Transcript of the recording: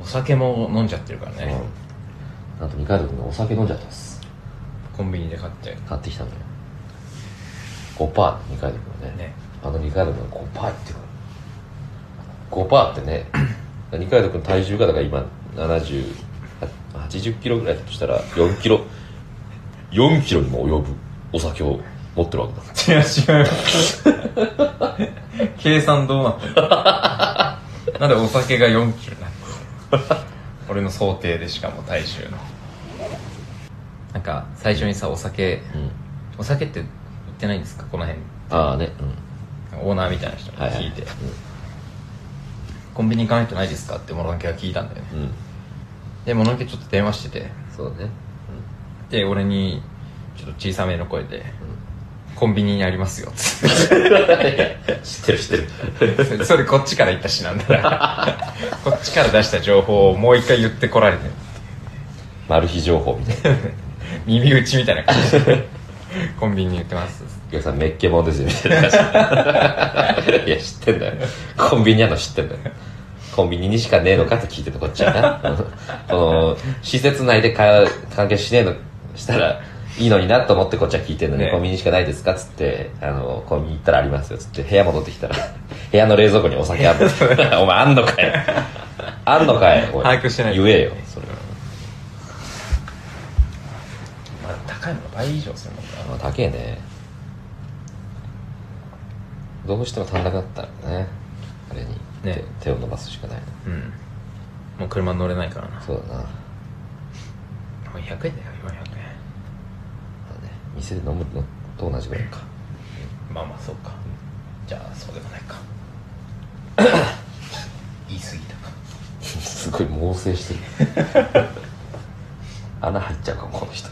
お酒も飲んじゃってるからね、うんなんと二階堂君がお酒飲んじゃったんですコンビニで買って買ってきたのよ5%二階堂君はねねあの二階堂君が5%っていうの5%って ね二階堂君体重がだから今70 80キロぐらいだとしたら4キロ4キロにも及ぶお酒を持ってるわけだ違う違う計算どうなってるのなんでお酒が4キロなんですか俺の想定でしかも大衆のなんか最初にさお酒うんお酒って売ってないんですかこの辺ああねうんオーナーみたいな人にはいはい聞いて、コンビニ行かないとないですかってモノノケが聞いたんだよねうん、うん、でモノノケちょっと電話しててそうだねで俺にちょっと小さめの声で「コンビニにありますよ」 つっ 知ってる知ってる てそれそれこっちから言ったしなんだ からこっちから出した情報をもう一回言ってこられてマル秘情報みたいな耳打ちみたいな感じ で「コンビニに言ってます「いやさんメッケモンですよ」みたいな感じいや知ってんだよコンビニやの知ってんだよコンビニにしかねえのかと聞いてるこっちはなうんこの施設内でか関係しねえのしたらいいのになと思ってこっちは聞いてんのに、ねコンビニしかないですかっつってあのコンビニ行ったらありますよっつって部屋戻ってきたら部屋の冷蔵庫にお酒あん のお前あんのかよあんのかよおい把握してない言えよそれはまあ高いのが倍以上するのかまあ、高えねどうしても足んなくなったらねあれにね手手を伸ばすしかないなうんもう車乗れないからななそうだな、ま400円だよ400円あね、店で飲むのと同じぐらいかまあまあそうかじゃあそうでもない か言い過ぎたかすごい猛省してる穴入っちゃうかもこの人